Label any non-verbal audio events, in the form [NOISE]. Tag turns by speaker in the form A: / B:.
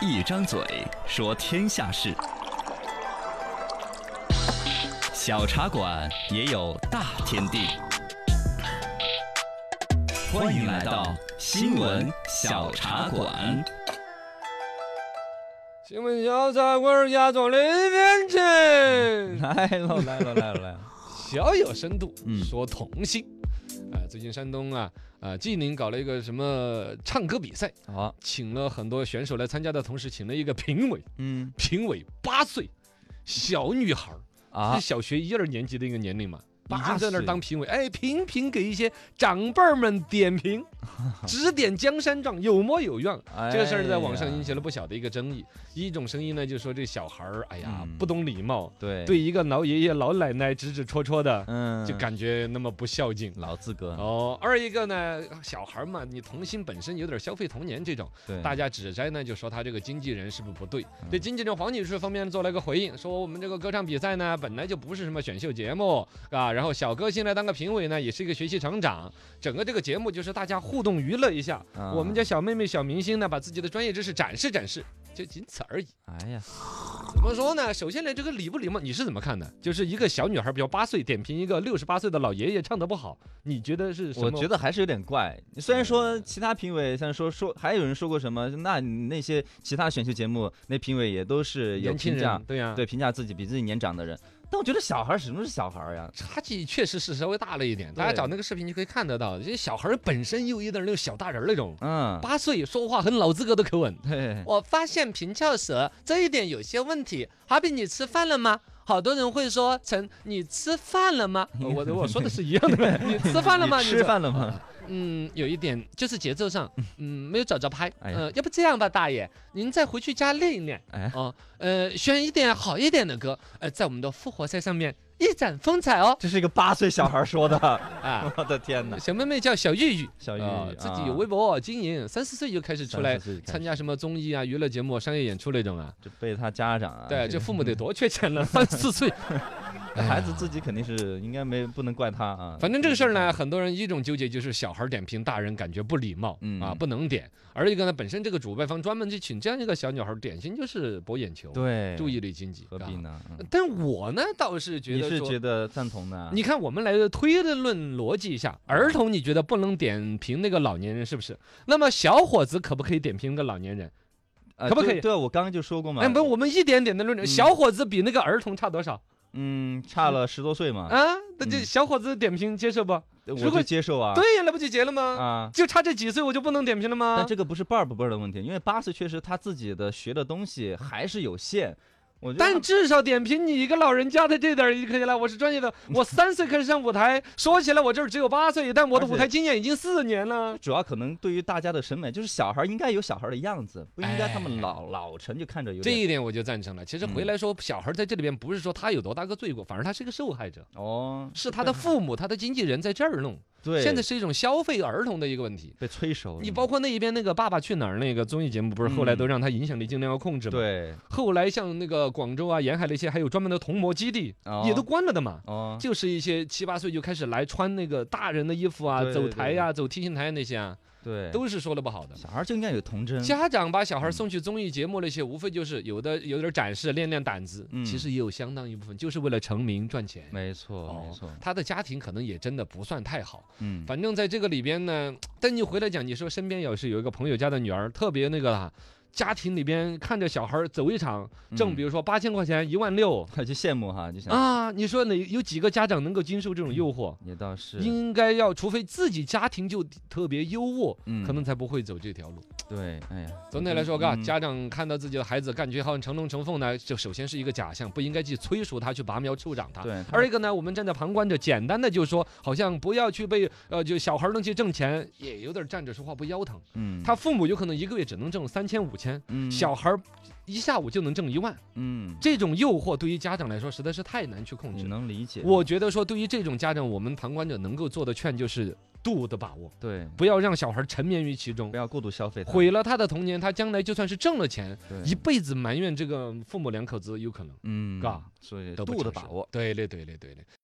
A: 一张嘴说天下事，小茶馆也有大天地。欢迎来到新闻小茶馆。
B: 新闻小茶馆压轴的编
C: [LAUGHS]
B: 程，
C: 来喽，来喽，来喽，来喽！
B: 小有深度，
C: 嗯
B: 说童心。啊，最近山东啊啊济宁搞了一个什么唱歌比赛，
C: 好，
B: 请了很多选手来参加的同时，请了一个评委，
C: 嗯
B: 评委八岁，小女孩儿，
C: 啊
B: 是，小学一二年级的一个年龄嘛，已
C: 八
B: 经在那儿
C: 岁
B: 当评委，哎，频频给一些长辈儿们
C: [LAUGHS]
B: 点评，指点江山丈，有模有样。这个事儿在网上
C: 哎呀
B: 引起了不小的一个争议。一种声音呢，就说这小孩儿，哎呀
C: 嗯，
B: 不懂礼貌，
C: 对，
B: 对一个老爷爷老奶奶指指戳戳的，
C: 嗯，
B: 就感觉那么不孝敬。
C: 老资格，
B: 哦，二一个呢，小孩儿嘛，你童心本身有点消费童年这种，
C: 对，嗯
B: 大家指摘呢，就说他这个经纪人是不是不对？对经纪人黄女士方面做了一个回应，说我们这个歌唱比赛呢，本来就不是什么选秀节目啊，然后小歌星来当个评委呢，也是一个学习成长。整个这个节目就是大家互动娱乐一下，
C: 啊
B: 我们家小妹妹、小明星呢，把自己的专业知识展示展示，就仅此而已。
C: 哎呀，
B: 怎么说呢？首先呢，这个礼不礼貌，你是怎么看的？就是一个小女孩，比如八岁，点评一个六十八岁的老爷爷唱得不好，你觉得是什么？
C: 我觉
B: 得
C: 得还是有点怪。虽然说其他评委像说说，还有人说过什么，那你那些其他选秀节目那评委也都是有
B: 年轻
C: 评价
B: 人，对呀、
C: 对评价自己比自己年长的人，但我觉得小孩儿始终是小孩儿呀，
B: 差距确实是稍微大了一点，大家
C: 对
B: 找那个视频就可以看得到，这些小孩儿本身又有点那种小大人儿那种，
C: 嗯，
B: 八岁说话很老资格的口吻。
C: 对，
B: 我发现平翘舌这一点有些问题，好比你吃饭了吗？好多人会说成你吃饭了吗？我我说的是一样
C: [LAUGHS]
B: 的，你吃饭了吗？
C: 你吃
B: 说
C: 饭了吗？
B: 嗯，有一点就是节奏上，嗯，没有找着拍。
C: 哎呀
B: 呃，要不这样吧，大爷，您再回去家练一练。
C: 哎
B: 哦，呃，选一点好一点的歌，呃，在我们的复活赛上面一展风采哦。
C: 这是一个八岁小孩儿说的， [LAUGHS]
B: 啊，
C: 我的天哪！
B: 小妹妹叫小玉玉，
C: 小玉
B: 啊
C: 玉
B: 自己有
C: 啊
B: 微博经营，三四岁就开始出来
C: 30岁就开始
B: 参加什么综艺啊、娱乐节目、商业演出那种啊。
C: 这被他家长啊，
B: 对，这父母得多缺钱了，三四岁。
C: 孩子自己肯定是应该没不能怪他啊。
B: 反正这个事儿呢，很多人一种纠结就是小孩儿点评大人感觉不礼貌
C: 嗯
B: 啊，不能点；而一个呢，本身这个主办方专门去请这样一个小女孩儿，典型就是博眼球，
C: 对，
B: 注意力经济，
C: 何必呢？嗯
B: 啊？但我呢，倒是觉
C: 你
B: 得
C: 是
B: 说
C: 觉得赞同的？啊
B: 你看，我们来推论逻辑一下，儿童你觉得不能点评那个老年人是不是？那么小伙子可不可以点评那个老年人？
C: 呃
B: 可不可
C: 对
B: 以
C: 对，我刚刚就说过嘛。
B: 哎，不，，我们一点点的论证，
C: 嗯
B: 小伙子比那个儿童差多少
C: 嗯，差了十多岁嘛，
B: 啊？那这
C: 嗯
B: 小伙子点评接受不？
C: 我
B: 如果
C: 就接受啊。
B: 对呀，啊那不就结了吗？
C: 啊。
B: 就差这几岁，我就不能点评了吗
C: 但？这个不是辈儿不辈儿的问题，因为八岁确实他自己的学的东西还是有限。我觉得
B: 但至少点评你一个老人家的这点儿就可以了。我是专业的，我三岁开始上舞台，说起来我这儿只有八岁，但我的
C: 而且
B: 舞台经验已经四年了。
C: 主要可能对于大家的审美，就是小孩儿应该有小孩儿的样子，不应该他
B: 哎
C: 们老老成就看着有
B: 这
C: 点
B: 一点我就赞成了。其实回来说，小孩在这里边不是说他有多大个罪过，反而他是一个受害者，
C: 哦，
B: 是他的父母、他的经纪人在这儿弄。
C: 对，
B: 现在是一种消费儿童的一个问题。
C: 被催熟了。
B: 你包括那一边那个《爸爸去哪儿》那个综艺节目，不是后来
C: 嗯
B: 都让他影响力尽量要控制吗？。
C: 对
B: 后来像那个广州啊、沿海那些，还有专门的童模基地，
C: 哦
B: 也都关了的嘛。
C: 哦，
B: 就是一些七八岁就开始来穿那个大人的衣服啊，
C: 对
B: 走
C: 对
B: 台呀、走梯形台那些啊，
C: 对，嗯
B: 都是说了不好的。
C: 小孩儿就应该有童真。
B: 家长把小孩送去综艺节目那些，无非就是有的有点展示，练练胆子，
C: 嗯
B: 其实也有相当一部分就是为了成名赚钱。
C: 没错，没错，
B: 他的家庭可能也真的不算太好，
C: 嗯，
B: 反正在这个里边呢，但你回来讲，你说身边要是有一个朋友家的女儿特别那个啊，家庭里边看着小孩走一场挣，比
C: 如
B: 如说八千块钱、一万六
C: 他就羡慕哈，就想
B: 啊，你说哪有几个家长能够经受
C: 嗯
B: 这种诱惑？
C: 也倒是，
B: 应该要，除非自己家庭就特别优渥，
C: 嗯
B: 可能才不会走这条路。
C: 对，哎呀，
B: 总体来说，嘎，
C: 嗯
B: 家长看到自己的孩子感觉好像成龙成凤呢，就首先是一个假象，不应该去催熟他，去拔苗助长他。
C: 对，他
B: 二一个呢，我们站在旁观者，简单的就说，好像不要去被呃，就小孩儿能去挣钱，也有点站着说话不腰疼。
C: 嗯，
B: 他父母有可能一个月只能挣三千五千，
C: 嗯
B: 小孩儿一下午就能挣一万，
C: 嗯，
B: 这种诱惑对于家长来说实在是太难去控
C: 你
B: 制了。
C: 能理解，
B: 我觉得说，对于这种家长，我们旁观者能够做的劝就是度的把握，
C: 对，
B: 不要让小孩儿沉湎于其中
C: 不。要过度消费它，
B: 毁了他的童年，他将来就算是挣了钱，
C: 对
B: 一辈子埋怨这个父母两口子有可能。
C: 嗯，
B: 嘎，
C: 所以
B: 都不
C: 度的
B: 成熟
C: 把握，
B: 对嘞，对嘞，对嘞。